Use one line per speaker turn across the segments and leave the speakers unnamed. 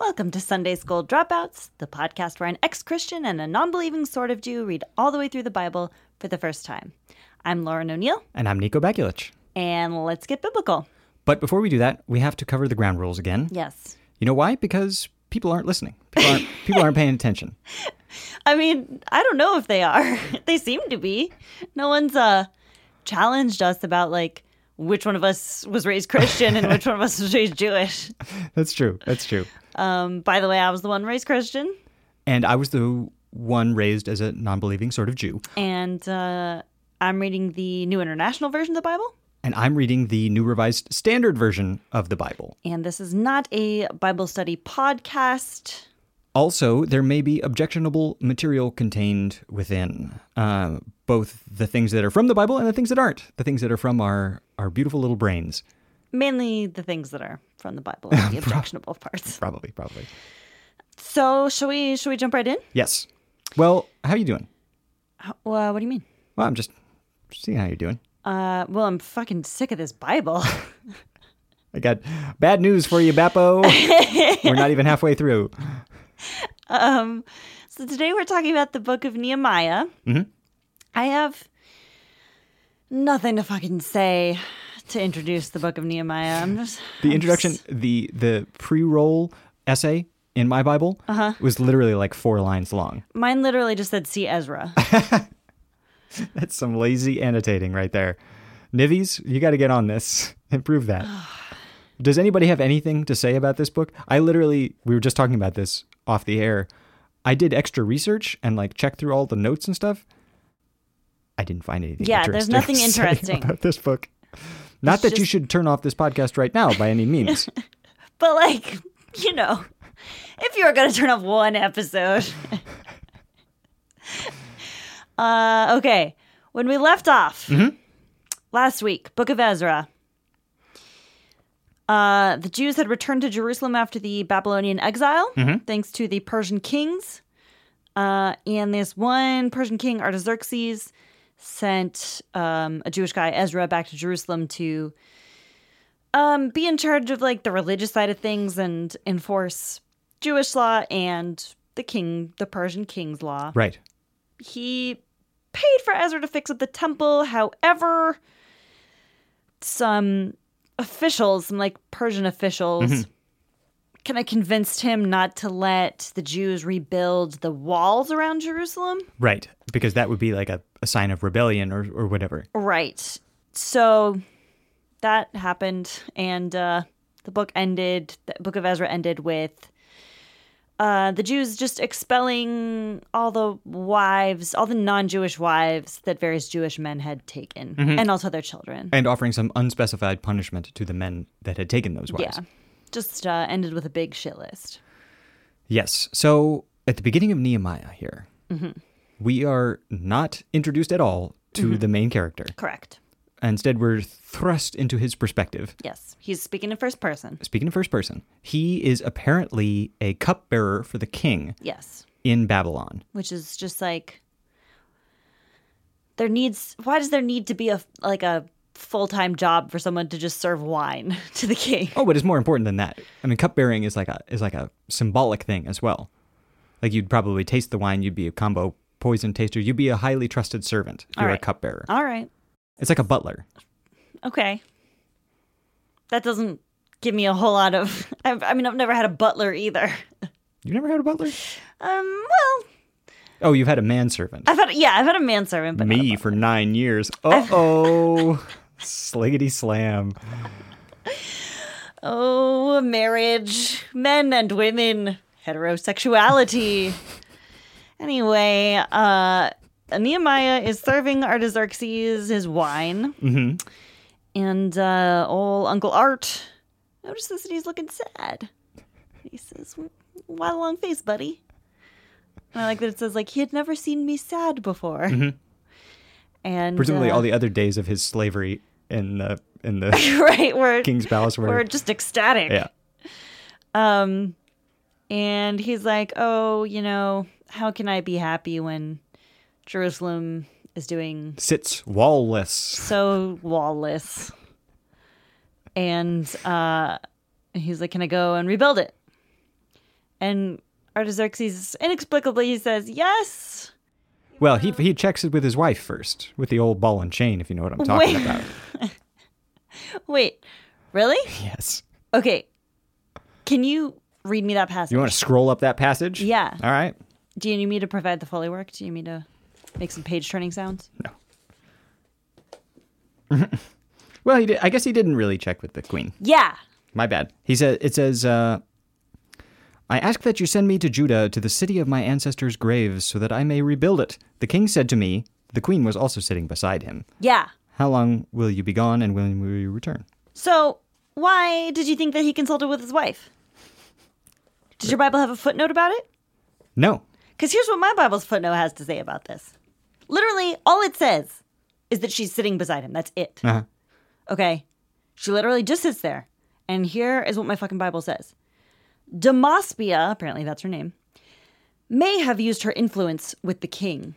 Welcome to Sunday School Dropouts, the podcast where an ex Christian and a non believing sort of Jew read all the way through the Bible for the first time. I'm Lauren O'Neill,
And I'm Nico Bakulich.
and let's get biblical.
But before we do that, we have to cover the ground rules again.
Yes.
You know why? Because people aren't listening. People aren't, people aren't paying attention.
I mean, I don't know if they are. they seem to be. No one's uh, challenged us about like which one of us was raised Christian and which one of us was raised Jewish.
That's true. That's true.
Um, by the way, I was the one raised Christian,
And I was the one raised as a non believing sort of Jew.
and uh, I'm reading the New International Version of the Bible.
And I'm reading the New Revised Standard Version of the Bible.
And this is not a Bible study podcast.
Also, there may be objectionable material contained within, uh, both the things that are from the Bible and the things that aren't, the things that are from our, our beautiful little brains.
Mainly the things that are from the Bible, the objectionable parts.
Probably, probably.
So, shall we? Shall we jump right in?
Yes. Well, how you doing?
How- Well, what do you mean?
Well, I'm just seeing how you're doing.
Uh, well, I'm fucking sick of this Bible.
I got bad news for you, Beppo. We're not even halfway through.
Um, so today we're talking about the book of Nehemiah.
Mm-hmm.
I have nothing to fucking say to introduce the book of Nehemiah. I'm just
The introduction, the the pre-roll essay in my Bible was literally like four lines long.
mine literally just said see Ezra.
That's some lazy annotating right there. Nivies, you got to get on this. Improve that. Does anybody have anything to say about this book? I literally, we were just talking about this off the air. I did extra research and like checked through all the notes and stuff. I didn't find anything.
Yeah, there's
interesting
nothing
to say
interesting.
about this book. Not that you
just-
should turn off this podcast right now by any means.
But like, you know, if you were gonna turn off one episode. uh okay. When we left off last week, Book of Ezra. Uh, the Jews had returned to Jerusalem after the Babylonian exile, thanks to the Persian kings. Uh, and this one Persian king, Artaxerxes, sent um, a Jewish guy, Ezra, back to Jerusalem to um, be in charge of like the religious side of things and enforce Jewish law and the king, the Persian king's law.
right.
He paid for Ezra to fix up the temple. However, some officials, some like Persian officials, kind of convinced him not to let the Jews rebuild the walls around Jerusalem.
Right. Because that would be like a, a sign of rebellion or, or whatever.
Right. So that happened, and uh, the book ended. The book of Ezra ended with uh, the Jews just expelling all the wives, all the non-Jewish wives that various Jewish men had taken, and also their children.
And offering some unspecified punishment to the men that had taken those wives.
Yeah, just uh, ended with a big shit list.
Yes. So at the beginning of Nehemiah here,
Mm-hmm.
we are not introduced at all to the main character.
Correct.
Instead, we're thrust into his perspective.
Yes, he's speaking in first person.
Speaking in first person, he is apparently a cupbearer for the king
Yes,
in Babylon.
which is just like there needs why does there need to be a like a full-time job for someone to just serve wine to the king
Oh, but it's more important than that. I mean, cupbearing is like a is like a symbolic thing as well. Like you'd probably taste the wine, you'd be a combo poison taster, you'd be a highly trusted servant. if
All
You're a
right.
cupbearer.
all right
It's like a butler.
okay that doesn't give me a whole lot of I've, i mean i've never had a butler either
You never had a butler?
um well
Oh, you've had a manservant.
i've had yeah i've had a manservant but not a
me for nine years. Uh oh. Sliggity slam.
bu- oh marriage men and women heterosexuality anyway uh nehemiah is serving artaxerxes his wine
hmm
And uh, old Uncle Art notices that he's looking sad. He says, Why the long face, buddy? And I like that it says, like, he had never seen me sad before. And
Mm-hmm. Presumably,
uh,
all the other days of his slavery in the in the
right, we're,
king's palace
we're
were
just ecstatic.
yeah.
Um, and he's like, Oh, you know, how can I be happy when Jerusalem is doing
Sits wallless.
so wallless. And uh, he's like, Can I go and rebuild it? And Artaxerxes inexplicably says yes.
Well, he he checks it with his wife first, with the old ball and chain, if you know what I'm talking
Wait.
about.
Wait, really?
Yes.
Okay. Can you read me that passage?
You want to scroll up that passage?
Yeah.
All right.
Do you need me to provide the Foley work? Do you need me to make some page turning sounds?
Well, he did, I guess he didn't really check with the queen.
Yeah.
My bad. He says it says. Uh, I ask that you send me to Judah, to the city of my ancestors' graves, so that I may rebuild it. The king said to me, the queen was also sitting beside him,
Yeah.
How long will you be gone and when will you return?
So, why did you think that he consulted with his wife? Did your Bible have a footnote about it?
No,
Because here's what my Bible's footnote has to say about this. Literally, all it says is that she's sitting beside him. That's it.
Uh-huh.
Okay. She literally just sits there. And here is what my fucking Bible says Demospia, apparently that's her name, may have used her influence with the king.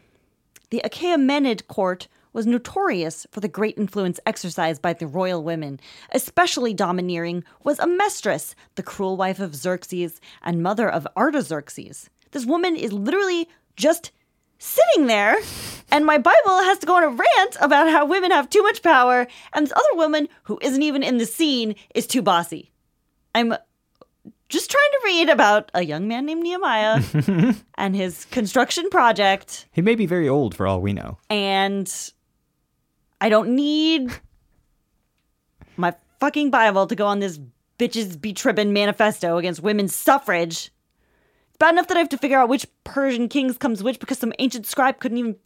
The Achaemenid court was notorious for the great influence exercised by the royal women. Especially domineering was Amestris, the cruel wife of Xerxes and mother of Artaxerxes. This woman is literally just sitting there, and my Bible has to go on a rant about how women have too much power, and this other woman who isn't even in the scene is too bossy. I'm just trying to read about a young man named Nehemiah and his construction project
he may be very old for all we know.
and I don't need my fucking Bible to go on this bitches be tripping manifesto against women's suffrage. It's bad enough that I have to figure out which Persian kings comes which because some ancient scribe couldn't even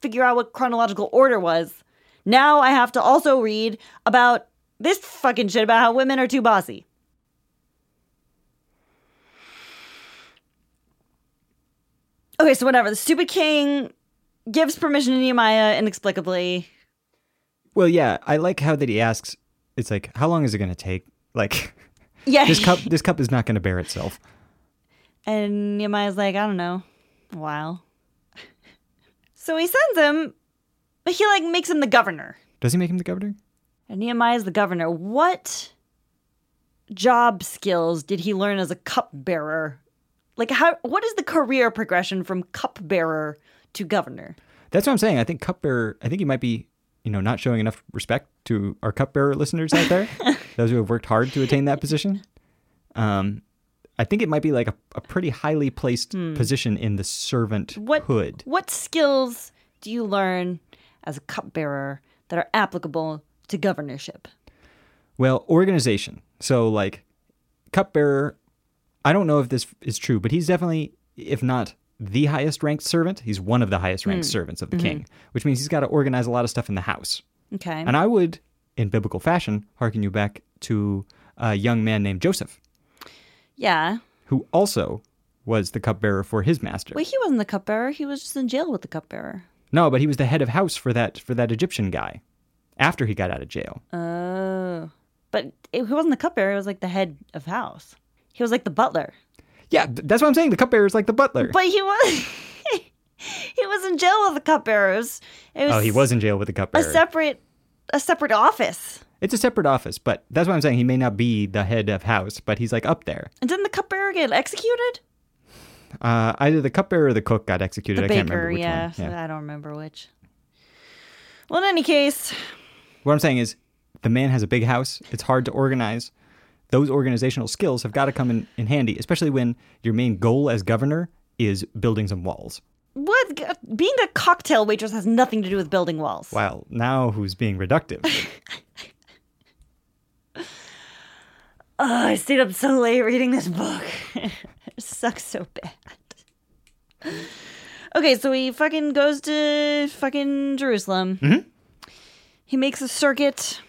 figure out what chronological order was. Now I have to also read about this fucking shit about how women are too bossy. Okay, so whatever. The stupid king gives permission to Nehemiah inexplicably.
Well, yeah, I like how that he asks. It's like, how long is it going to take? Like
Yeah.
this cup, this cup is not going to bear itself.
And Nehemiah's like, I don't know, a while. So he sends him, but he like makes him the governor.
Does he make him the governor?
And Nehemiah's the governor. What job skills did he learn as a cupbearer? Like how what is the career progression from cupbearer to governor?
That's what I'm saying. I think cupbearer. I think he might be, you know, not showing enough respect to our cupbearer listeners out there, those who have worked hard to attain that position. Um, I think it might be like a, a pretty highly placed position in the servant
What
hood.
what skills do you learn as a cupbearer that are applicable to governorship?
Well, organization. So like cupbearer, I don't know if this is true, but he's definitely if not the highest ranked servant, he's one of the highest ranked servants of the king, which means he's got to organize a lot of stuff in the house.
Okay.
And I would in biblical fashion hearken you back to a young man named Joseph,
yeah.
who also was the cupbearer for his master.
Wait, he wasn't the cupbearer. He was just in jail with the cupbearer.
No, but he was the head of house for that for that Egyptian guy after he got out of jail.
Oh. But it, he wasn't the cupbearer. He was like the head of house. He was like the butler.
yeah, th- that's what I'm saying. The cupbearer is like the butler.
But he was. he was in jail with the cupbearer. It was, it was
oh, he was in jail with the
a
cupbearer.
separate, a separate office.
It's a separate office, but that's what I'm saying. He may not be the head of house, but he's like up there.
And didn't the cupbearer get executed?
Uh, either the cupbearer or the cook got executed. I can't remember which
yeah,
one. Yeah.
I don't remember which. Well, in any case,
What I'm saying is, the man has a big house. It's hard to organize. Those organizational skills have got to come in, in handy, especially when your main goal as governor is building some walls.
what being a cocktail waitress has nothing to do with building walls.
Wow, now who's being reductive?
Ugh, Oh, I stayed up so late reading this book. it sucks so bad. Okay, so he fucking goes to fucking Jerusalem.
Mm-hmm.
He makes a circuit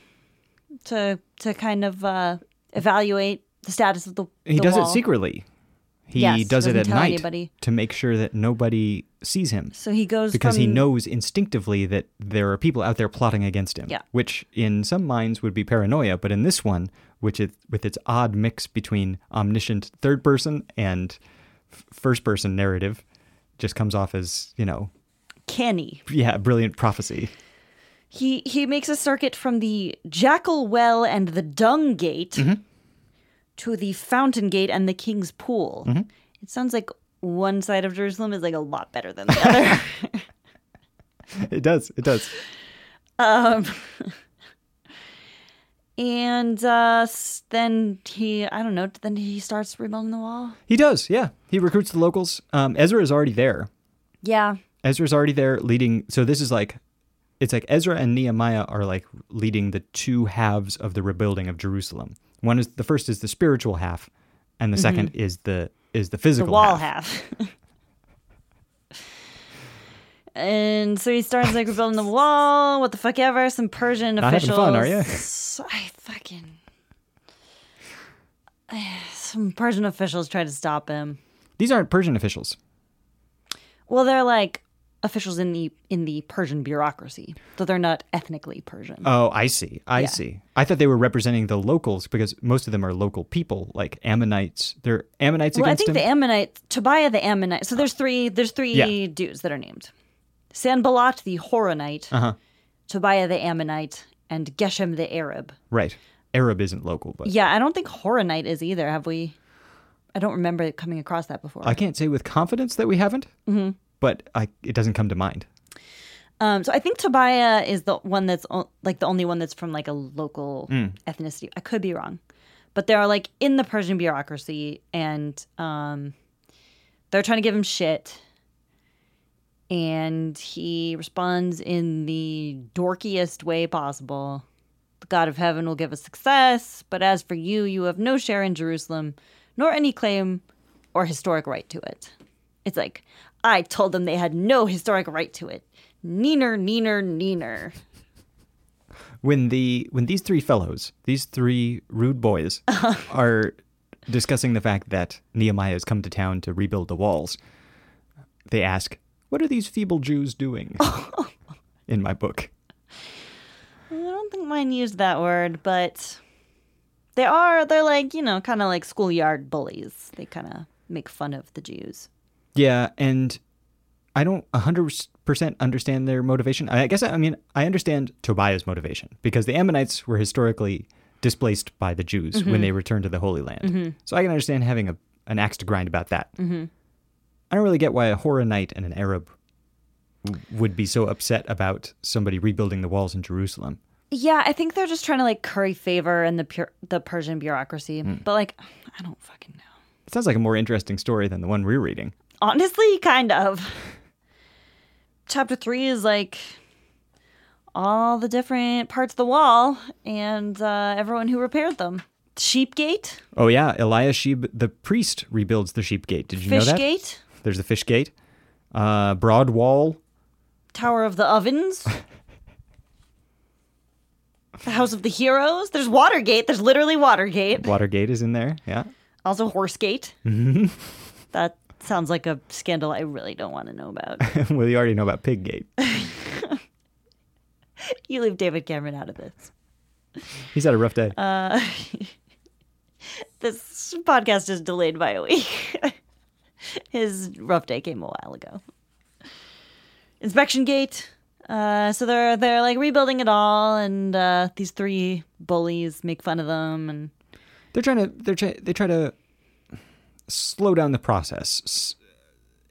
to to kind of uh, evaluate the status of the.
he
the
does it
wall.
secretly. He
Yes,
does it
doesn't
at
tell
night
anybody.
to make sure that nobody sees him.
So he goes
because
from,
he knows instinctively that there are people out there plotting against him.
Yeah.
Which in some minds would be paranoia, but in this one, which is with its odd mix between omniscient third person and f- first person narrative, just comes off as you know,
canny.
yeah, brilliant prophecy.
He he makes a circuit from the Jackal Well and the Dung Gate to the Fountain Gate and the King's Pool. It sounds like one side of Jerusalem is like a lot better than the other.
It does. It does.
Um, and uh, s- then he, I don't know, then he starts rebuilding the wall.
He does. Yeah. He recruits the locals. Um, Ezra is already there.
Yeah.
Ezra's already there leading. So this is like, it's like Ezra and Nehemiah are like leading the two halves of the rebuilding of Jerusalem. One is the first is the spiritual half, and the second is the is
Mm-hmm. The
the physical
wall
half.
half. and so he starts like rebuilding the wall. What the fuck ever? Some Persian
Not having
officials.
fun, are ya?
I fucking. Some Persian officials try to stop him.
These aren't Persian officials.
Well, they're like officials in the in the Persian bureaucracy, though they're not ethnically Persian.
Oh, I see. I see. I thought they were representing the locals because most of them are local people, like Ammonites. They're Ammonites
well, I
against
think
him. Oh.
the Ammonite, Tobiah the Ammonite. So there's three. There's three
Yeah.
dudes that are named: Sanballat the Horonite,
Uh-huh.
Tobiah the Ammonite, and Geshem the Arab.
right. Arab isn't local, but
Yeah, I don't think Horonite is either. Have we? I don't remember coming across that before.
I can't say with confidence that we haven't. Mm-hmm. But I, it doesn't come to mind.
Um, so I think Tobiah is the one that's o- like the only one that's from like a local ethnicity. I could be wrong, but they're like in the Persian bureaucracy, and um, they're trying to give him shit, and he responds in the dorkiest way possible. The God of Heaven will give us success, but as for you, you have no share in Jerusalem, nor any claim or historic right to it. It's like, I told them they had no historic right to it. Neener, neener, neener.
when the when these three fellows, these three rude boys, are discussing the fact that Nehemiah has come to town to rebuild the walls, they ask, "What are these feeble Jews doing?" in my book,
I don't think mine used that word, but they are, they're like, you know, kind of like schoolyard bullies. They kind of make fun of the Jews.
yeah, and I don't hundred percent understand their motivation. I I guess I mean I understand Tobiah's motivation because the Ammonites were historically displaced by the Jews when they returned to the Holy Land, so I can understand having a an axe to grind about that. I don't really get why a Horonite and an Arab w- would be so upset about somebody rebuilding the walls in Jerusalem.
Yeah, I think they're just trying to like curry favor in the pure, the Persian bureaucracy. But like, I don't fucking know.
It sounds like a more interesting story than the one we're reading.
Honestly, kind of. Chapter three is like all the different parts of the wall and uh, everyone who repaired them. Sheepgate,
Oh yeah, Eliashib the priest rebuilds the sheep gate. Did you know that?
Fishgate,
There's the fish gate. Uh, broad wall.
Tower of the Ovens, the House of the Heroes. There's Watergate. There's literally Watergate.
Watergate is in there. Yeah.
Also Horsegate.
Mm-hmm.
That sounds like a scandal I really don't want to know about.
well, you already know about pig gate.
you leave David Cameron out of this.
He's had a rough day.
Uh, this podcast is delayed by a week. His rough day came a while ago. Inspection gate. Uh, so they're they're like rebuilding it all, and uh, these three bullies make fun of them, and
they're trying to they're try, they try to slow down the process s-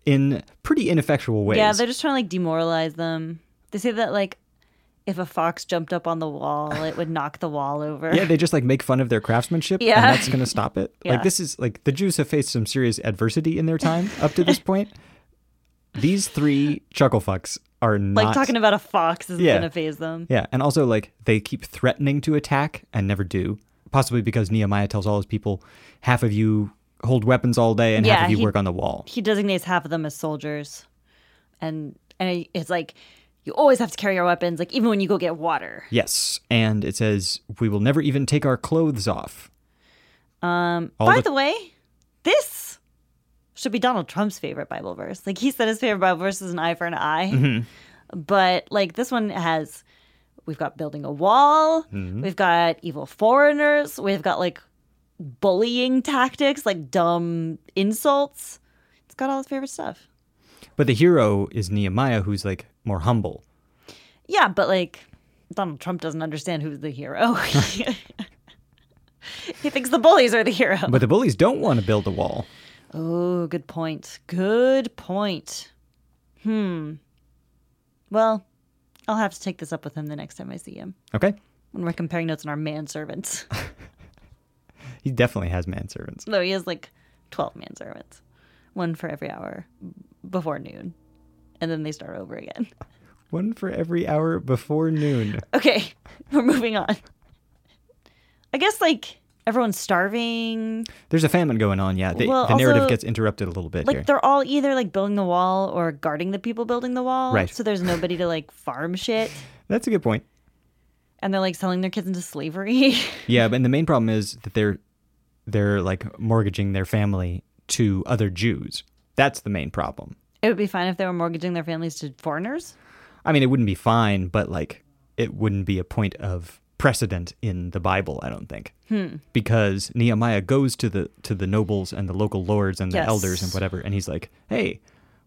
in pretty ineffectual ways.
yeah, they're just trying to like demoralize them. They say that like if a fox jumped up on the wall, it would knock the wall over.
Yeah, they just like make fun of their craftsmanship,
Yeah.
and that's going to stop it.
Yeah.
Like this is like the Jews have faced some serious adversity in their time up to this point. These three chuckle fucks are not.
like talking about a fox isn't
Yeah.
gonna phase them.
yeah, and also like they keep threatening to attack and never do, possibly because Nehemiah tells all his people, half of you hold weapons all day and half
Yeah,
of you
he-
work on the wall.
he designates half of them as soldiers, and and it's like you always have to carry your weapons, like even when you go get water.
Yes, and it says we will never even take our clothes off. Um, all
By
the-
the way, this should be Donald Trump's favorite Bible verse. Like he said, his favorite Bible verse is an eye for an eye,
Mm-hmm.
but like this one has. We've got building a wall.
Mm-hmm.
We've got evil foreigners. We've got like bullying tactics, like dumb insults. It's got all his favorite stuff.
but the hero is Nehemiah, who's like more humble.
Yeah, but like Donald Trump doesn't understand who's the hero. he thinks the bullies are the hero.
But the bullies don't want to build a wall.
Oh, good point. Good point. Hmm. Well, I'll have to take this up with him the next time I see him
Okay.
when we're comparing notes on our manservants.
He definitely has manservants.
Though he has like 12 manservants, one for every hour before noon. And then they start over again.
One for every hour before noon.
Okay, we're moving on. I guess like everyone's starving.
There's a famine going on. Yeah. The,
Well,
the narrative
also,
gets interrupted a little bit
Like
here.
they're all either like building the wall or guarding the people building the wall.
Right.
So there's nobody to like farm shit.
That's a good point.
And they're like selling their kids into slavery.
Yeah, but and the main problem is that they're they're like mortgaging their family to other Jews. That's the main problem.
it would be fine if they were mortgaging their families to foreigners.
I mean, it wouldn't be fine, but like it wouldn't be a point of precedent in the Bible, I don't think.
Hmm.
Because Nehemiah goes to the to the nobles and the local lords and the
Yes.
elders and whatever and he's like, "Hey,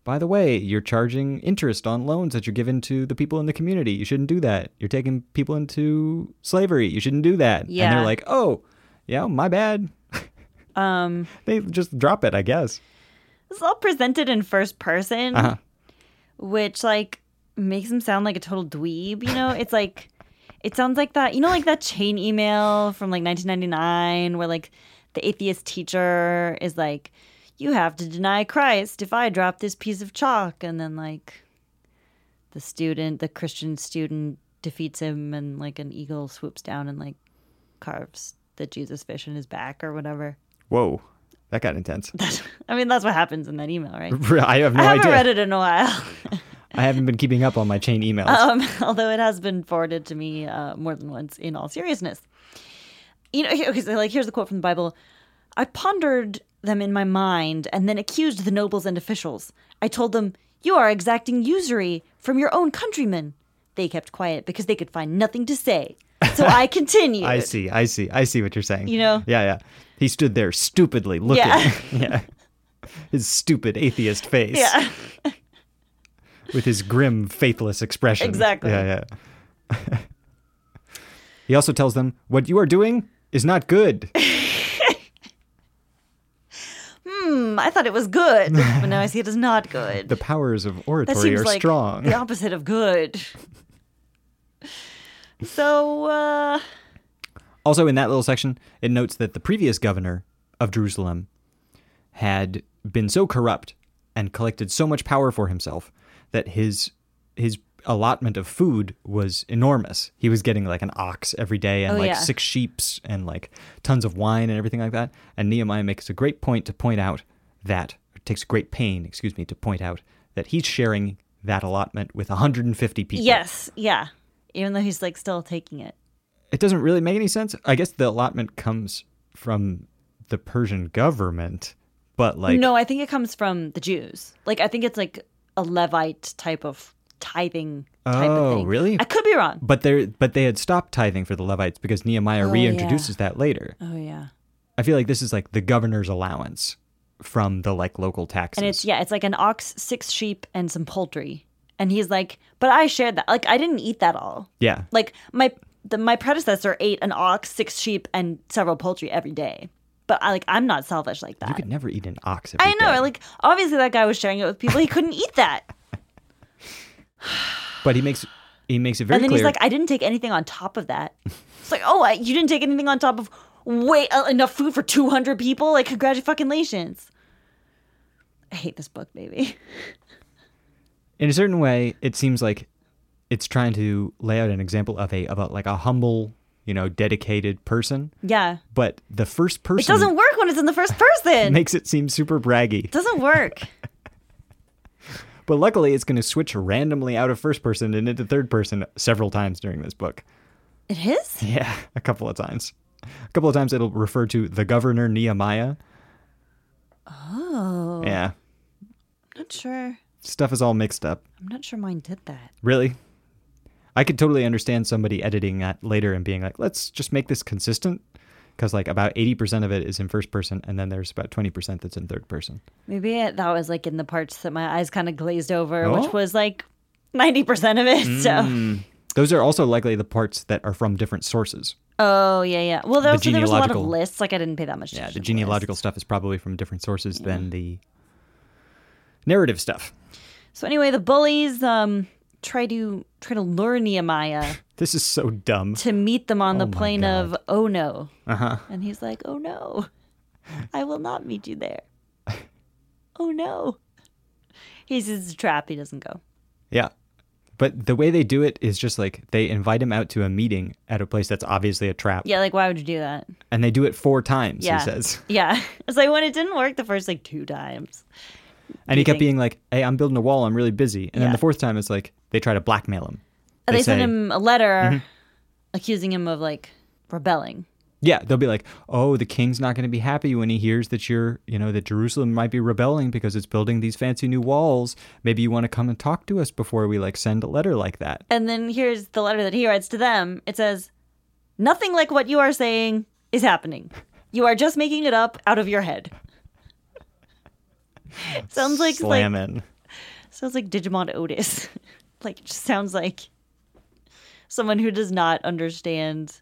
by the way, you're charging interest on loans that you're giving to the people in the community. You shouldn't do that. You're taking people into slavery. You shouldn't do that." And
Yeah.
they're like, "Oh, yeah, my bad."
Um,
They just drop it, I guess.
this is all presented in first person,
Uh-huh.
which like makes him sound like a total dweeb. You know, it's like it sounds like that. You know, like that chain email from like 1999, where like the atheist teacher is like, "You have to deny Christ if I drop this piece of chalk," and then like the student, the Christian student, defeats him, and like an eagle swoops down and like carves the Jesus fish in his back or whatever.
Whoa, that got intense.
I mean, that's what happens in that email, right?
Oh, I have no
I haven't
idea.
read it in a while,
I haven't been keeping up on my chain emails.
um, although it has been forwarded to me uh, more than once. In all seriousness, you know, okay, so like here's the quote from the Bible: "I pondered them in my mind, and then accused the nobles and officials. I told them, you are exacting usury from your own countrymen.' They kept quiet because they could find nothing to say. So I continued.
I see, I see, I see what you're saying.
You know?
Yeah, yeah. He stood there stupidly looking.
Yeah.
Yeah. His stupid atheist face
Yeah,
with his grim, faithless expression.
Exactly.
Yeah, yeah. he also tells them, What you are doing is not good.
Hmm, I thought it was good, but now I see it is not good.
The powers of
That
oratory
seems
are
like
strong.
the opposite of good. so, uh,
Also, in that little section, it notes that the previous governor of Jerusalem had been so corrupt and collected so much power for himself that his his allotment of food was enormous. He was getting like an ox every day and
Oh,
like
yeah.
six sheeps and like tons of wine and everything like that. And Nehemiah makes a great point to point out that or takes great pain, excuse me, to point out that he's sharing that allotment with 150 people.
yes, yeah. Even though he's like still taking it.
it doesn't really make any sense. I guess the allotment comes from the Persian government, but like
no, I think it comes from the Jews. Like, I think it's like a Levite type of tithing type
Oh,
of thing.
really?
I could be wrong.
but they but they had stopped tithing for the Levites because Nehemiah reintroduces that later.
Oh, yeah.
I feel like this is like the governor's allowance from the like local taxes.
And it's, yeah, it's like an ox, six sheep, and some poultry. And he's like, but I shared that. Like, I didn't eat that all.
yeah.
like my the, my predecessor ate an ox, six sheep, and several poultry every day. But I like I'm not selfish like
You
that.
could never eat an ox. every
I know,
day.
like obviously that guy was sharing it with people. He couldn't eat that,
but he makes he makes it very
and then
clear.
he's like, I didn't take anything on top of that. It's like, oh, I, you didn't take anything on top of way uh, enough food for 200 people. Like, congratulations. I hate this book, baby.
in a certain way, it seems like it's trying to lay out an example of a about like a humble, you know, dedicated person.
Yeah,
But the first person
it doesn't work when it's in the first person.
makes it seem super braggy.
it doesn't work.
But luckily, it's going to switch randomly out of first person and into third person several times during this book.
It is.
Yeah, a couple of times. A couple of times it'll refer to the governor Nehemiah.
Oh,
Yeah,
not sure.
stuff is all mixed up.
I'm not sure mine did that.
Really? I could totally understand somebody editing that later and being like, let's just make this consistent. Because, like, about 80% of it is in first person, and then there's about 20% that's in third person.
Maybe it, that was like in the parts that my eyes kind of glazed over,
Oh. Mm.
which was like 90% of it. So,
Those are also likely the parts that are from different sources.
Oh yeah, yeah. Well, there,
The
also, there was a lot of
genealogical-
lists. Like I didn't pay that much.
Yeah,
attention
the
to
genealogical
lists.
stuff is probably from different sources than the narrative stuff.
So anyway, the bullies um try to try to lure Nehemiah
This is so dumb.
to meet them on the
my
plain
God.
of Oh no,
Uh huh.
and he's like, Oh no, I will not meet you there. oh no. He says it's a trap. He doesn't go.
Yeah. But the way they do it is just like they invite him out to a meeting at a place that's obviously a trap.
Yeah, like why would you do that?
And they do it four times,
Yeah.
he says.
Yeah, it's like when it didn't work the first like two times.
And he kept
think-
being like, hey, I'm building a wall. I'm really busy. And then
Yeah.
the fourth time, it's like they try to blackmail him.
They, they
say, Mm-hmm.
sent him a letter accusing him of like rebelling.
Yeah, they'll be like, "Oh, the king's not going to be happy when he hears that you're, you know, that Jerusalem might be rebelling because it's building these fancy new walls. Maybe you want to come and talk to us before we like send a letter like that."
And then here's the letter that he writes to them. It says, Nothing like what you are saying is happening. You are just making it up out of your head. sounds like, like
slam in.
sounds like Digimon Otis. like it just sounds like someone who does not understand.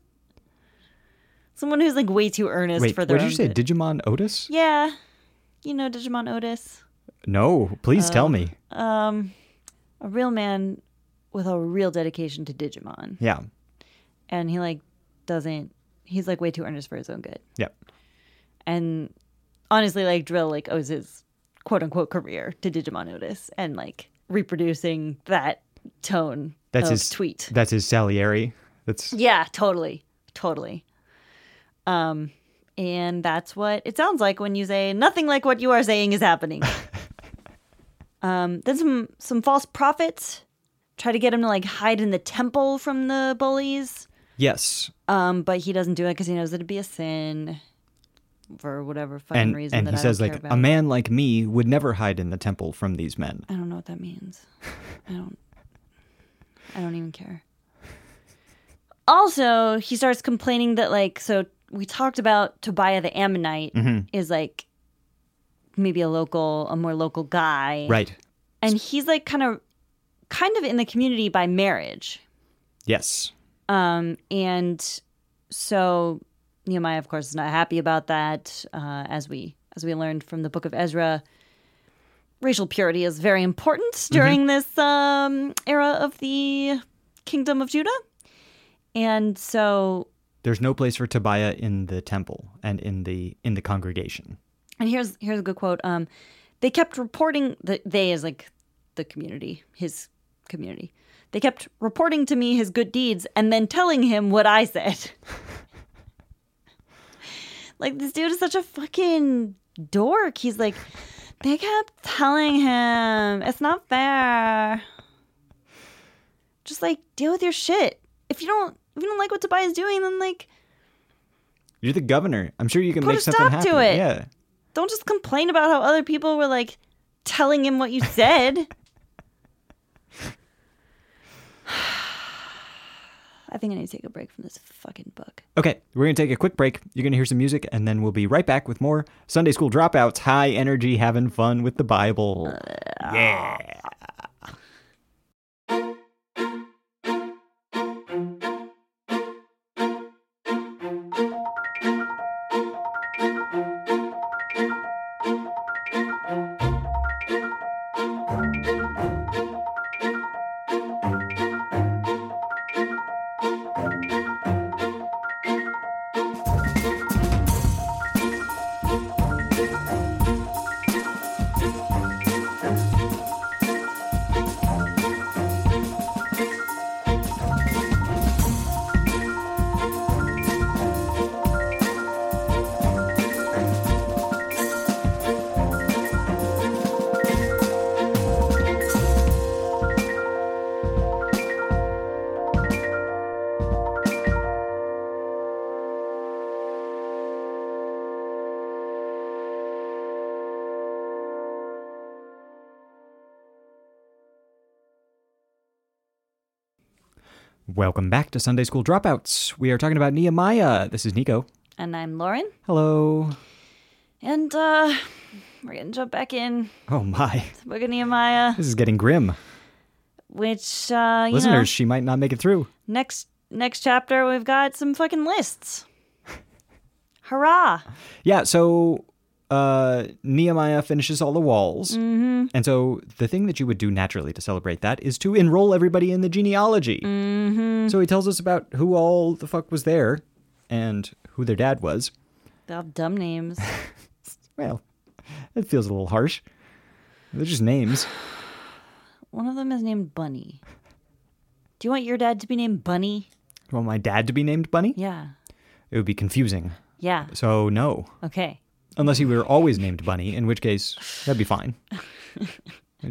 Someone who's like way too earnest
Wait,
for
what
their
did you
own
say?
good.
Digimon Otis?
yeah, you know Digimon Otis.
No, please
Oh.
tell me.
a real man with a real dedication to Digimon,
Yeah,
and he like doesn't. He's like way too earnest for his own good,
yep.
and honestly, like Drill like owes his quote unquote career to Digimon Otis and like reproducing that tone.
That's
of
his
Oh, tweet.
That's his Salieri. That's
Yeah, totally, totally. Um, and that's what it sounds like when you say nothing like what you are saying is happening. um, then some some false prophets try to get him to like hide in the temple from the bullies.
yes.
Um, but he doesn't do it because he knows it'd be a sin for whatever fucking
And
reason.
and
that
he
I
says
don't care
like
about.
a man like me would never hide in the temple from these men.
I don't know what that means. I don't. I don't even care. Also, he starts complaining that like so we talked about Tobiah the Ammonite
Mm-hmm.
is like maybe a local, a more local guy,
Right.
And he's like kind of, kind of in the community by marriage,
Yes.
um, and so Nehemiah, of course, is not happy about that. Uh, as we as we learned from the Book of Ezra, racial purity is very important during this um, era of the Kingdom of Judah, and so
There's no place for Tobiah in the temple and in the in the congregation.
and here's here's a good quote. Um, they kept reporting that they is like the community, his community. They kept reporting to me his good deeds and then telling him what I said. like this dude is such a fucking dork. He's like, they kept telling him it's not fair. Just like deal with your shit. If you don't if you don't like what Tobias is doing, then like
You're the governor. I'm sure you can
Put
make
a
something
stop
happen.
to it.
Yeah.
don't just complain about how other people were like telling him what you said. I think I need to take a break from this fucking book.
Okay, we're going to take a quick break. You're going to hear some music, and then we'll be right back with more Sunday School Dropouts, high energy, having fun with the Bible.
Uh,
yeah. Welcome back to Sunday School Dropouts. We are talking about Nehemiah. This is Nico.
And I'm Lauren.
Hello.
And uh we're gonna jump back in
Oh, my.
to Book of Nehemiah,
This is getting grim.
which uh you
Listeners,
know
she might not make it through.
next Next chapter, we've got some fucking lists. Hurrah!
Yeah, so uh, Nehemiah finishes all the walls. Mm-hmm. And so the thing that you would do naturally to celebrate that is to enroll everybody in the genealogy. So he tells us about who all the fuck was there and who their dad was.
They have dumb names.
Well, that feels a little harsh. They're just names.
One of them is named Bunny. Do you want your dad to be named Bunny?
You want my dad to be named Bunny?
Yeah.
It would be confusing.
Yeah.
So, no.
Okay.
Unless he were always named Bunny, in which case, that'd be fine. it's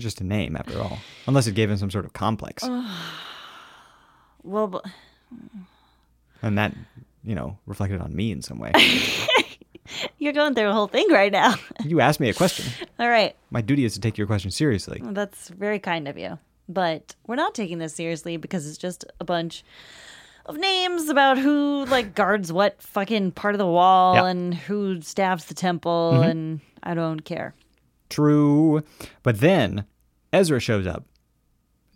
just a name, after all. Unless it gave him some sort of complex.
Well, but-
And that, you know, reflected on me in some way.
you're going through a whole thing right now.
you asked me a question.
All right.
My duty is to take your question seriously.
Well, That's very kind of you. But we're not taking this seriously because it's just a bunch of names about who like guards what fucking part of the wall
Yeah.
and who stabs the temple and I don't care.
True. But then Ezra shows up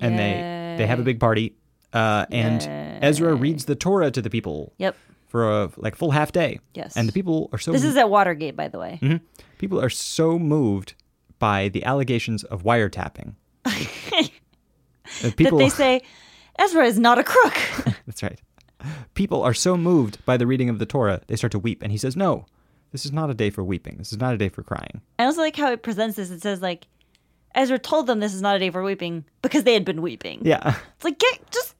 and they they have a big party. Uh, and Ezra reads the Torah to the people
Yep.
for a like full half day.
Yes.
And the people are so
This is at Watergate, by the way.
people are so moved by the allegations of wiretapping. Uh,
That
people
they say Ezra is not a crook.
That's right. People are so moved by the reading of the Torah, they start to weep and he says, "No. This is not a day for weeping. This is not a day for crying."
I also like how it presents this. It says like Ezra told them this is not a day for weeping because they had been weeping.
Yeah.
It's like get just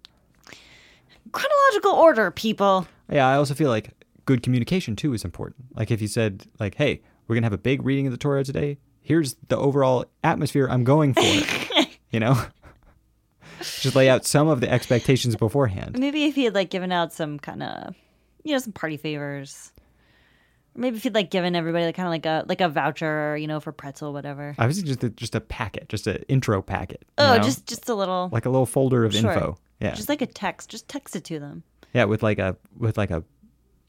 chronological order, people.
Yeah, I also feel like good communication too is important. Like if you said like, "Hey, we're going to have a big reading of the Torah today. Here's the overall atmosphere I'm going for." you know? Just lay out some of the expectations beforehand.
Maybe if he had like given out some kind of, you know, some party favors. Maybe if he'd like given everybody like kind of like a like a voucher, you know, for pretzel, or whatever.
I was just a, just a packet, just an intro packet. you
Oh,
know?
just just a little,
like a little folder of
Sure.
info. Yeah.
just like a text, just text it to them.
Yeah, with like a with like a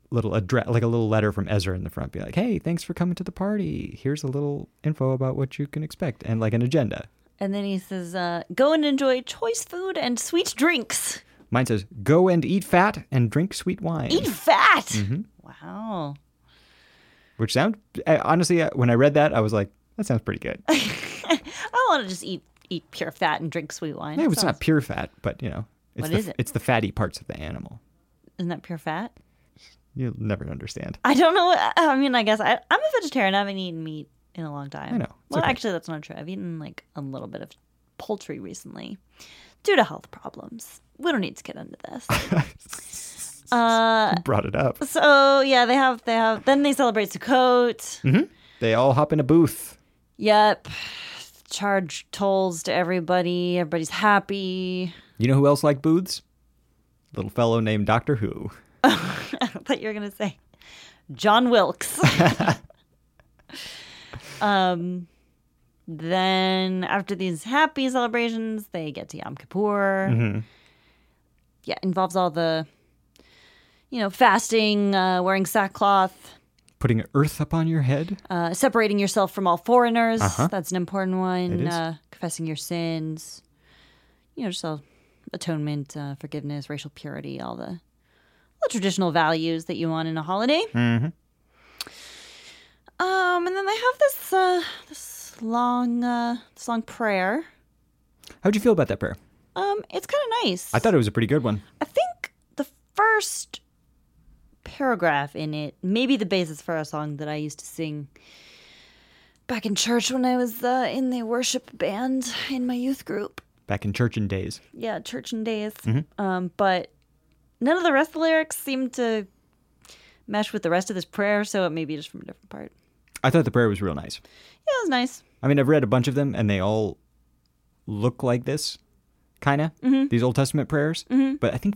little address, like a little letter from Ezra in the front, be like, "Hey, thanks for coming to the party. Here's a little info about what you can expect and like an agenda."
And then he says, uh, "Go and enjoy choice food and sweet drinks.
Mine says, "Go and eat fat and drink sweet wine,"
Eat fat." Wow.
which sound I- honestly, uh, when I read that, I was like, "That sounds pretty good." Yeah,
I want to just eat eat pure fat and drink sweet wine.
it's
Sounds-
not pure fat, but you know, it's
What
the,
is it?
It's the fatty parts of the animal.
Isn't that pure fat?
You'll never understand.
I don't know. what- I mean, I guess I, I'm a vegetarian. I haven't eaten meat in a long time.
I know. It's
well,
okay.
actually, that's not true. I've eaten like a little bit of poultry recently due to health problems. We don't need to get into this. uh,
Brought it up.
so yeah, they have they have. Then they celebrate Sukkot.
Mm-hmm. They all hop in a booth.
Yep. Charge tolls to everybody. Everybody's happy.
You know who else liked booths? Little fellow named Doctor Who.
I thought you were gonna say John Wilkes. um, then after these happy celebrations, they get to Yom Kippur. Yeah, involves all the, you know, fasting, uh, wearing sackcloth,
Putting earth upon your head.
uh, separating yourself from all foreigners. That's an important one.
Uh-huh. It is.
Uh, confessing your sins. You know, just all atonement, uh, forgiveness, racial purity, all the, the traditional values that you want in a holiday.
Mm-hmm.
Um, and then they have this uh, this long uh, this long prayer.
How'd you feel about that prayer?
Um, it's kind of nice.
I thought it was a pretty good one.
I think the first paragraph in it may be the basis for a song that I used to sing back in church when I was uh, in the worship band in my youth group.
Back in church and days.
Yeah, church and days. Um, but none of the rest of the lyrics seem to mesh with the rest of this prayer, so it may be just from a different part.
I thought the prayer was real nice.
Yeah, it was nice.
I mean, I've read a bunch of them, and they all look like this, kind of
Mm-hmm.
these Old Testament prayers. But I think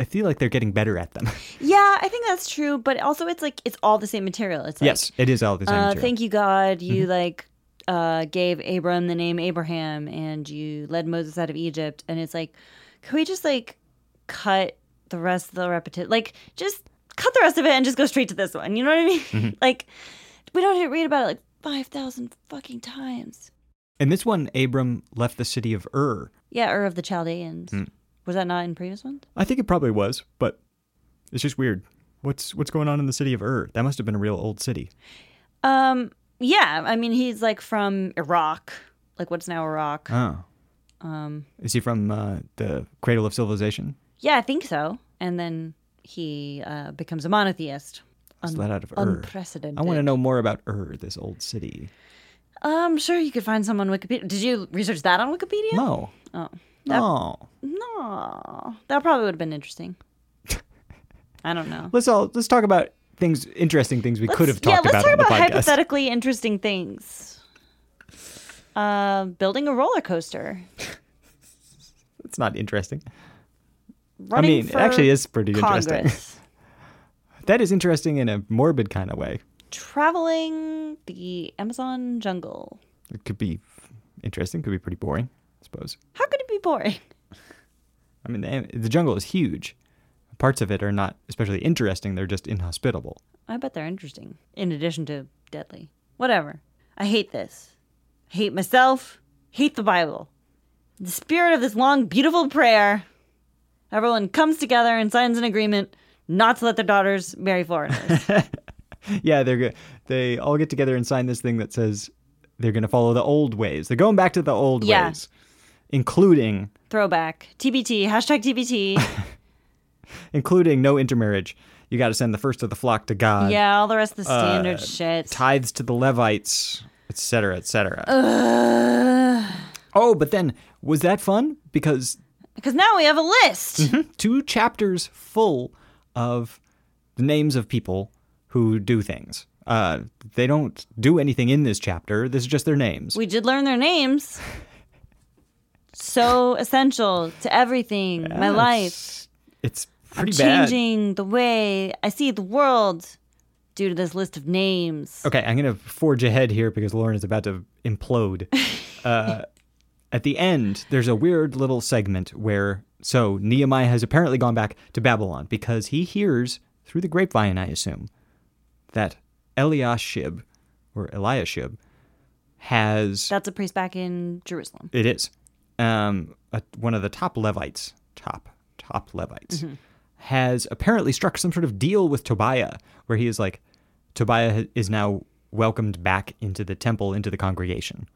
I feel like they're getting better at them.
Yeah, I think that's true. But also, it's like it's all the same material. It's like,
yes, it is all the same.
uh,
material.
thank you god you like uh, gave abram the name abraham and you led moses out of egypt and it's like can we just like cut the rest of the repetition like just cut the rest of it and just go straight to this one you know what i mean like we don't have to read about it like 5000 fucking times
In this one, Abram left the city of Ur.
yeah or of the chaldeans Was that not in previous ones?
I think it probably was, but it's just weird. What's what's going on in the city of Ur? That must have been a real old city.
Um, yeah. I mean, he's like from Iraq, like what's now Iraq.
Oh. Um, is he from uh, the cradle of civilization?
yeah, I think so. And then he uh, becomes a monotheist.
Is that out of Ur?
Unprecedented.
I want to know more about Ur, this old city.
I'm Um, sure you could find some on Wikipedia. Did you research that on Wikipedia?
No.
Oh.
No.
No. That probably would have been interesting. I don't know.
Let's all let's talk about things interesting things we could have talked
yeah, let's
about on
talk about
the podcast.
hypothetically interesting things. Uh, building a roller coaster.
It's not interesting.
Running
I mean, it
for
actually is pretty interesting.
Congress.
That is interesting in a morbid kind of way.
Traveling the Amazon jungle.
It could be interesting, could be pretty boring, I suppose.
How could it be boring?
I mean, the, the jungle is huge. Parts of it are not especially interesting, they're just inhospitable.
I bet they're interesting. In addition to deadly. Whatever. I hate this. I hate myself. Hate the Bible. The spirit of this long, beautiful prayer. Everyone comes together and signs an agreement not to let their daughters marry foreigners.
Yeah, they're good. They all get together and sign this thing that says they're going to follow the old ways. They're going back to the old
Yeah.
ways, including
Throwback. TBT. Hashtag TBT.
including no intermarriage. You got to send the first of the flock to God.
yeah, all the rest of the standard shit.
tithes to the Levites, et cetera, et cetera.
Uh.
Oh, but then was that fun? Because
Because now we have a list.
two chapters full of the names of people who do things. Uh, they don't do anything in this chapter. This is just their names.
We did learn their names. So essential to everything, my life.
It's, it's pretty bad.
changing the way I see the world due to this list of names.
Okay, I'm gonna forge ahead here because Lauren is about to implode. uh, at the end, there's a weird little segment where so Nehemiah has apparently gone back to Babylon because he hears through the grapevine, I assume, that Eliashib or Eliashib has
That's a priest back in Jerusalem.
it is um, a, one of the top Levites, top top Levites,
Mm-hmm.
has apparently struck some sort of deal with Tobiah, where he is like, Tobiah ha- is now welcomed back into the temple, into the congregation,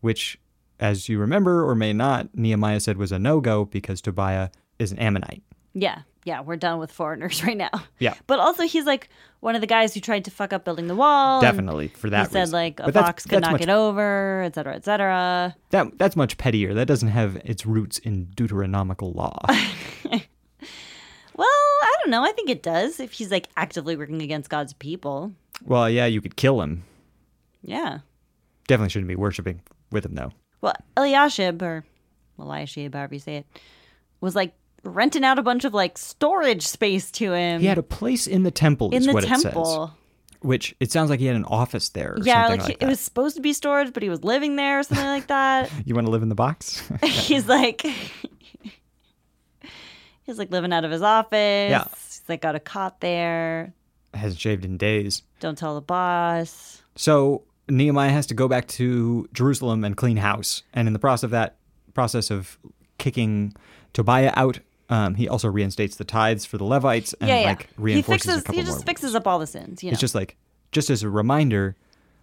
which, as you remember or may not, Nehemiah said was a no go because Tobiah is an Ammonite.
Yeah, yeah, we're done with foreigners right now.
Yeah.
But also, he's like one of the guys who tried to fuck up building the wall. and
Um, Definitely for that
He said,
reason.
like, a
But that's-
fox could
that's
knock
much-
it over, et cetera, et cetera.
That that's much pettier. That doesn't have its roots in Deuteronomical law.
Well, I don't know. I think it does if he's like actively working against God's people.
well, yeah, you could kill him.
Yeah.
Definitely shouldn't be worshiping with him though.
Well, Eliashib or Eliashib, however you say it, was like renting out a bunch of like storage space to him.
He had a place in the temple.
in
is
the
what It says.
temple.
which it sounds like he had an office there or
yeah, like,
something like,
he,
that.
it was supposed to be storage, but he was living there or something like that.
You want to live in the box?
He's like, he's like living out of his office.
Yeah.
He's like got a cot there.
Hasn't shaved in days.
Don't tell the boss.
So Nehemiah has to go back to Jerusalem and clean house. And in the process of that process of kicking Tobiah out, um, he also reinstates the tithes for the Levites and
yeah, yeah.
like
he
reinforces a
fixes.
couple
He
more.
just fixes up all the sins. You know,
it's just like just as a reminder,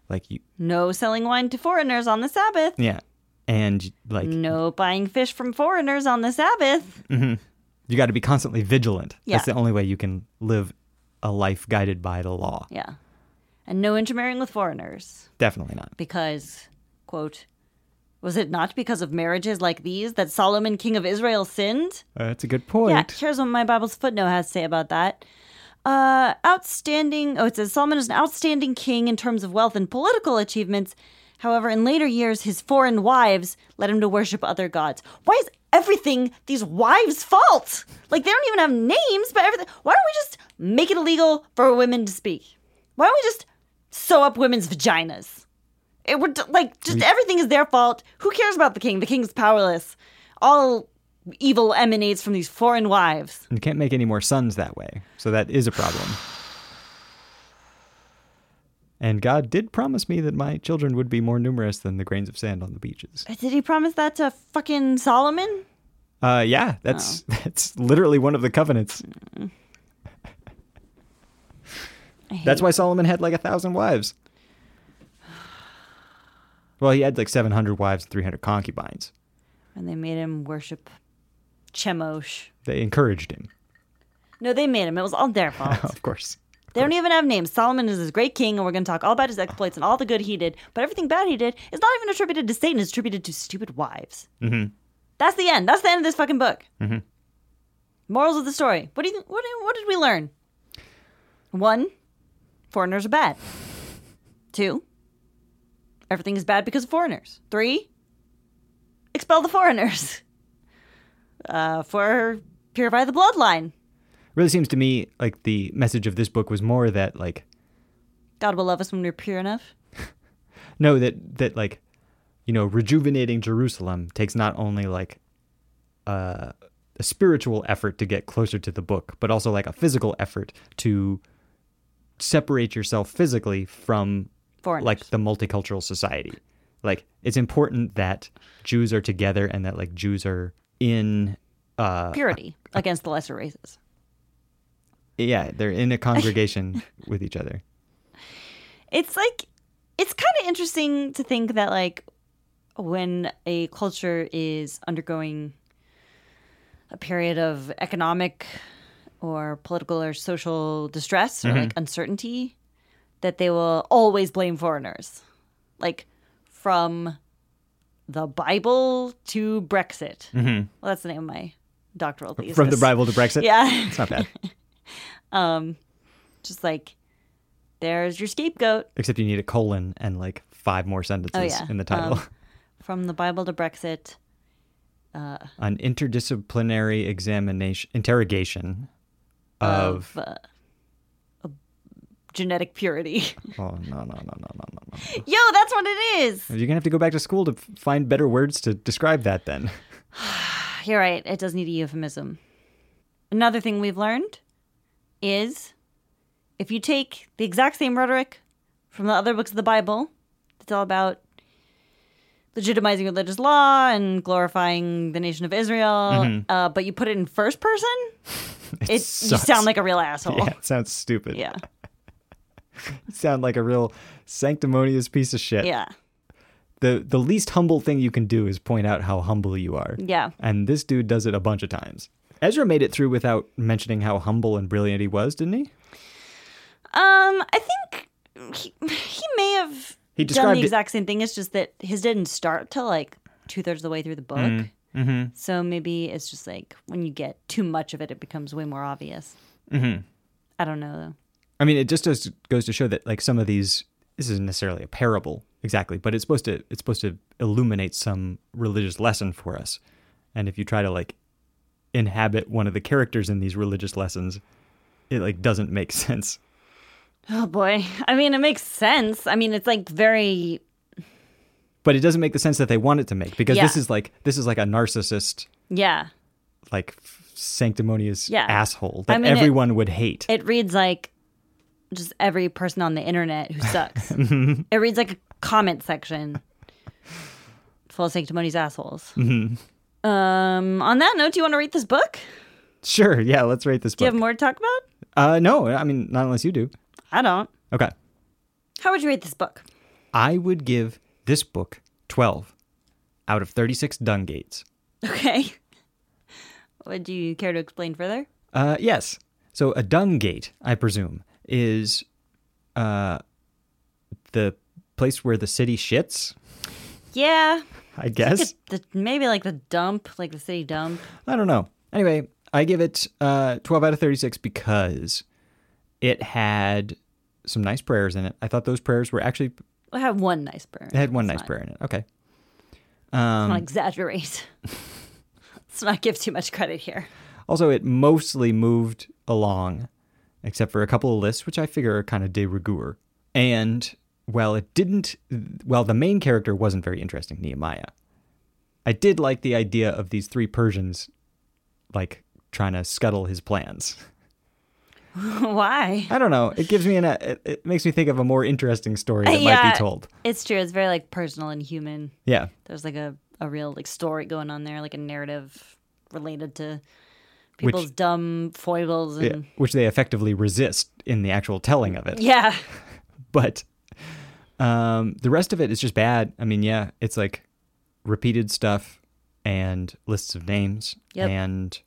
like you
no selling wine to foreigners on the Sabbath.
yeah. And like
No buying fish from foreigners on the Sabbath.
you gotta be constantly vigilant. That's
Yeah.
the only way you can live a life guided by the law.
Yeah, and no intermarrying with foreigners.
Definitely not.
because, quote, was it not because of marriages like these that Solomon, king of Israel, sinned?
Uh, that's a good point.
Yeah, here's what my Bible's footnote has to say about that. Uh, outstanding. Oh, it says Solomon is an outstanding king in terms of wealth and political achievements. However, in later years, his foreign wives led him to worship other gods. Why is everything these wives' fault? Like they don't even have names, but everything. Why don't we just make it illegal for women to speak? Why don't we just sew up women's vaginas? It would like just everything is their fault. Who cares about the king? The king's powerless. All evil emanates from these foreign wives.
You can't make any more sons that way. So that is a problem. And God did promise me that my children would be more numerous than the grains of sand on the beaches.
Did he promise that to fucking Solomon?
Uh, yeah, that's
Oh.
that's literally one of the covenants.
Hmm. I hate
That's why Solomon had like a thousand wives. Well, he had like seven hundred wives and three hundred concubines.
And they made him worship Chemosh.
They encouraged him,
No, they made him. It was all their fault.
of course.
they don't even have names. Solomon is this great king, and we're going to talk all about his exploits and all the good he did. But everything bad he did is not even attributed to Satan. It's attributed to stupid wives. Mm-hmm. That's the end. That's the end of this fucking book. Mm-hmm. Morals of the story. What do you? What, do you- what did we learn? One, foreigners are bad. Two, everything is bad because of foreigners. Three, expel the foreigners. Uh, four, purify the bloodline.
Really seems to me like the message of this book was more that like
God will love us when we're pure enough.
no that that like you know rejuvenating Jerusalem takes not only like uh, a spiritual effort to get closer to the book, but also like a physical effort to separate yourself physically from
Foreigners.
like the multicultural society. Like it's important that Jews are together and that like Jews are in uh
purity against the lesser races.
yeah, they're in a congregation with each other.
It's like it's kind of interesting to think that like when a culture is undergoing a period of economic or political or social distress or like
Mm-hmm.
uncertainty that they will always blame foreigners. Like from the Bible to Brexit. Well, that's the name of my doctoral thesis.
Mm-hmm. From the Bible to Brexit.
Yeah.
It's not bad.
Just like there's your scapegoat.
Except you need a colon and like five more sentences
Oh, yeah. Um.
in the title.
from the Bible to Brexit.
An interdisciplinary examination interrogation of,
uh, genetic purity.
Oh no no no no no no no.
Yo, that's what it is.
You're gonna have to go back to school to f- find better words to describe that then.
You're right. It does need a euphemism. Another thing we've learned is if you take the exact same rhetoric from the other books of the Bible, it's all about legitimizing religious law and glorifying the nation of Israel, uh, but you put it in first person,
Mm-hmm. It,
it, you
sucks.
sound like a real asshole.
Yeah, it sounds stupid.
yeah.
You sound like a real sanctimonious piece of shit.
Yeah.
the the least humble thing you can do is point out how humble you are.
Yeah.
And this dude does it a bunch of times. Ezra made it through without mentioning how humble and brilliant he was, didn't he?
Um, I think he, he may have
He
done
described
the
it-
exact same thing. It's just that his didn't start till like two thirds of the way through the book.
Mm, mm-hmm.
So maybe it's just like when you get too much of it, it becomes way more obvious. Mm-hmm. I don't know though.
I mean, it just does, goes to show that like some of these this isn't necessarily a parable exactly, but it's supposed to it's supposed to illuminate some religious lesson for us. And if you try to like inhabit one of the characters in these religious lessons, it like doesn't make sense.
Oh boy. I mean, it makes sense. I mean, it's like very
But it doesn't make the sense that they want it to make because this
Yeah.
is like this is like a narcissist
yeah.
like f- sanctimonious
Yeah.
asshole that
I mean, it-
everyone would hate.
It reads like just every person on the internet who sucks. it reads like a comment section full of sanctimonious assholes. Um, on that note, do you want to read this book?
sure, yeah, let's rate this
Do you
book.
have more to talk about?
uh, no, I mean not unless you do.
I don't.
Okay,
How would you rate this book?
I would give this book twelve out of thirty-six Dungates.
Okay. Would you care to explain further?
Uh, yes, so a Dungate, I presume, is uh the place where the city shits.
Yeah.
I guess
The, maybe like the dump, like the city dump.
I don't know. Anyway, I give it uh, 12 out of 36 because it had some nice prayers in it. I thought those prayers were actually
I have one nice prayer.
It had one
Let's
nice prayer in it. Okay.
Not, let's not exaggerate. let's not give too much credit here.
Also, it mostly moved along, except for a couple of lists, which I figure are kind of de rigueur. And while it didn't, while the main character wasn't very interesting, Nehemiah, I did like the idea of these three Persians, like trying to scuttle his plans.
Why?
I don't know. It gives me an. It, it makes me think of a more interesting story that might
Yeah.
be told.
It's true. It's very like personal and human.
Yeah.
There's like a, a real like story going on there, like a narrative related to people's dumb foibles
Yeah,
and
which they effectively resist in the actual telling of it.
yeah.
But um, the rest of it is just bad. I mean, yeah, it's like repeated stuff and lists of names.
Yep.
And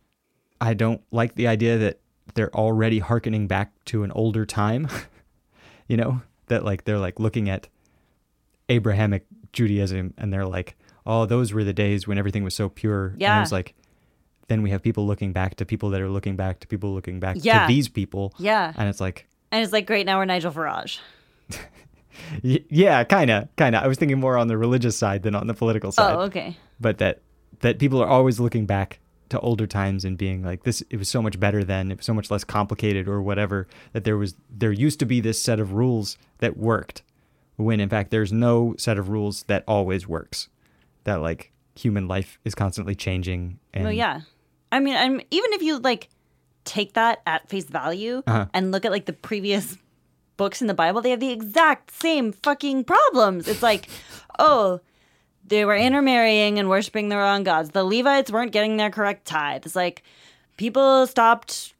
I don't like the idea that they're already hearkening back to an older time, you know, that like they're like looking at Abrahamic Judaism and they're like, oh, those were the days when everything was so pure. And
Yeah.
I was like, then we have people looking back to people that are looking back to people looking back
Yeah.
to these people.
Yeah.
And it's like,
And it's like, great, now we're Nigel Farage.
Y- yeah, kind of, kind of. I was thinking more on the religious side than on the political side.
Oh, okay.
But that that people are always looking back to older times and being like this it was so much better then, it was so much less complicated or whatever that there was there used to be this set of rules that worked when in fact there's no set of rules that always works. That like human life is constantly changing and
Well, yeah. I mean, I'm, even if you like take that at face value and look at like the previous books in the Bible, they have the exact same fucking problems. It's like, oh, they were intermarrying and worshiping the wrong gods. The Levites weren't getting their correct tithe. It's like people stopped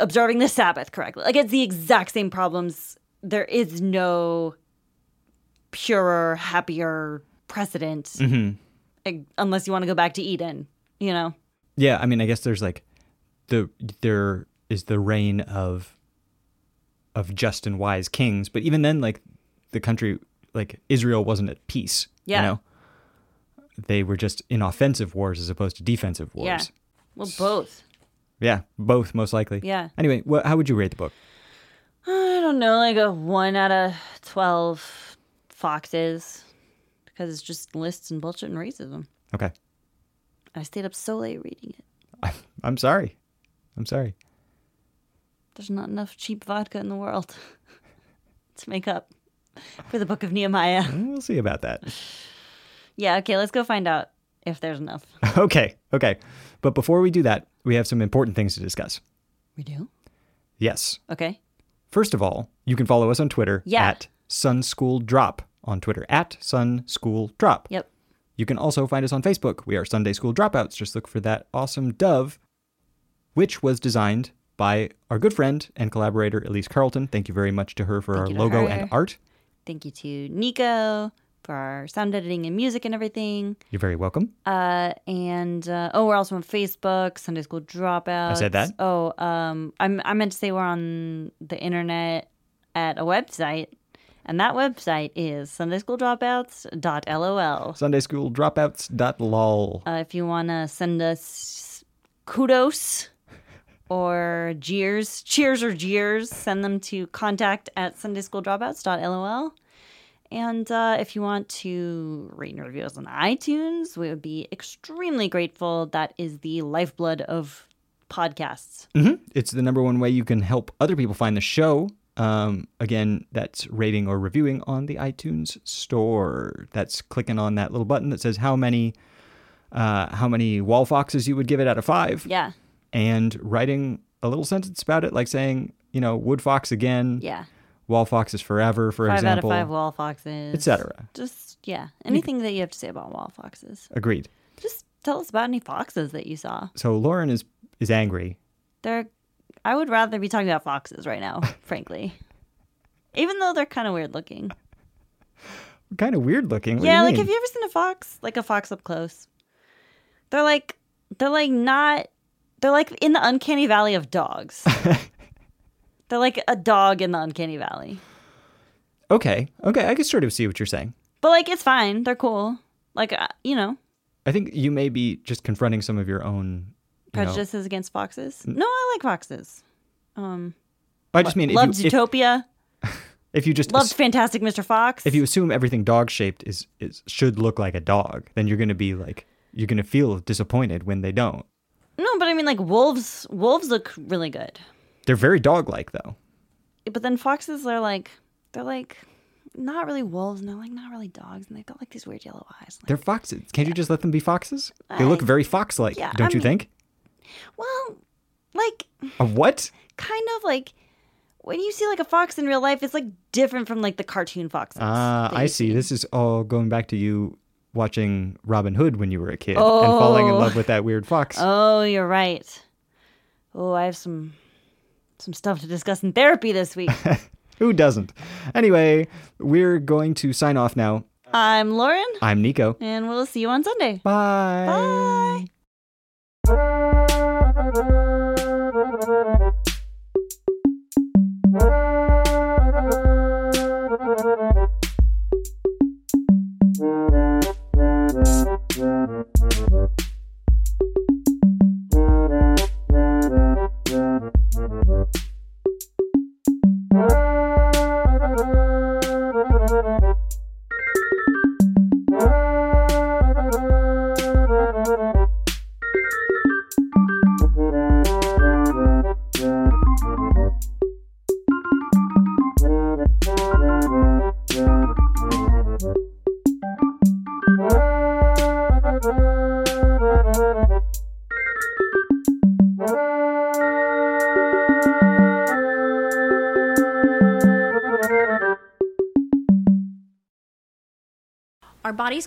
observing the Sabbath correctly. Like it's the exact same problems. There is no purer, happier precedent eh, unless you want to go back to Eden, you know?
Yeah, I mean, I guess there's like the there is the reign of of just and wise kings, but even then, like the country, like Israel, wasn't at peace.
Yeah.
you know? they were just in offensive wars as opposed to defensive
Yeah.
wars.
Well, both.
Yeah, both most likely.
Yeah.
Anyway, wha how would you rate the book?
I don't know, like a one out of 12 foxes because it's just lists and bullshit and racism.
Okay,
I stayed up so late reading it.
I'm sorry, I'm sorry.
There's not enough cheap vodka in the world to make up for the book of Nehemiah.
We'll see about that.
Yeah, okay, let's go find out if there's enough.
okay, okay. But before we do that, we have some important things to discuss.
We do?
Yes.
Okay.
First of all, you can follow us on Twitter
Yeah.
at Sunschool Drop on Twitter at Sunschool Drop.
Yep.
You can also find us on Facebook. We are Sunday School Dropouts. Just look for that awesome dove, which was designed by our good friend and collaborator Elise Carlton. Thank you very much to her for our
you to
logo
her.
and art.
Thank you to Nico for our sound editing and music and everything.
You're very welcome.
Uh, and uh, oh, we're also on Facebook, Sunday School Dropout. I
said that?
Oh, um, I'm I meant to say we're on the internet at a website, and that website is sundayschooldropouts.lol.
Sunday School Dropouts.lol.
Uh, if you wanna send us kudos or jeers, cheers or jeers, send them to contact at sundayschooldropouts.lol. And uh, if you want to rate and review us on iTunes, we would be extremely grateful. That is the lifeblood of podcasts.
Mm-hmm. It's the number one way you can help other people find the show. Um, again, that's rating or reviewing on the iTunes store. That's clicking on that little button that says how many, uh, how many wall foxes you would give it out of five,
Yeah,
and writing a little sentence about it, like saying, you know, wood fox again,
yeah.
wall foxes forever, for
Five
example,
out of five wall foxes,
etc.
Just yeah, anything that you have to say about wall foxes.
Agreed.
Just tell us about any foxes that you saw.
So Lauren is is angry.
They're. I would rather be talking about foxes right now, frankly. Even though they're kind of weird looking.
Kind of weird looking. What do
yeah,
you
like
mean?
have you ever seen a fox? Like a fox up close. They're like they're like not they're like in the uncanny valley of dogs. they're like a dog in the uncanny valley.
Okay, okay, I can sort of see what you're saying.
But like it's fine. They're cool. Like uh, you know,
I think you may be just confronting some of your own you know,
prejudices against foxes. No, I like foxes.
I just mean
Loved
if you, if,
Zootopia.
if you just
loved
ass-
Fantastic Mr. Fox.
if you assume everything dog shaped is, is should look like a dog, then you're gonna be like you're gonna feel disappointed when they don't.
No, but I mean like wolves wolves look really good.
They're very dog like though.
but then foxes are like they're like not really wolves and they're like not really dogs and they've got like these weird yellow eyes. Like,
They're foxes. Can't you just let them be foxes? They look
I-
very fox like,
yeah,
don't
I
you
mean-
think?
well, like
A what?
kind of like when you see like a fox in real life, it's like different from like the cartoon foxes.
Ah,
that
I
you
see. This is all going back to you watching Robin Hood when you were a kid and falling in
Oh.
love with that weird fox.
Oh, you're right. Oh, I have some some stuff to discuss in therapy this week.
Who doesn't? Anyway, we're going to sign off now.
I'm Lauren,
I'm Nico.
and we'll see you on Sunday.
Bye.
Bye.
Our bodies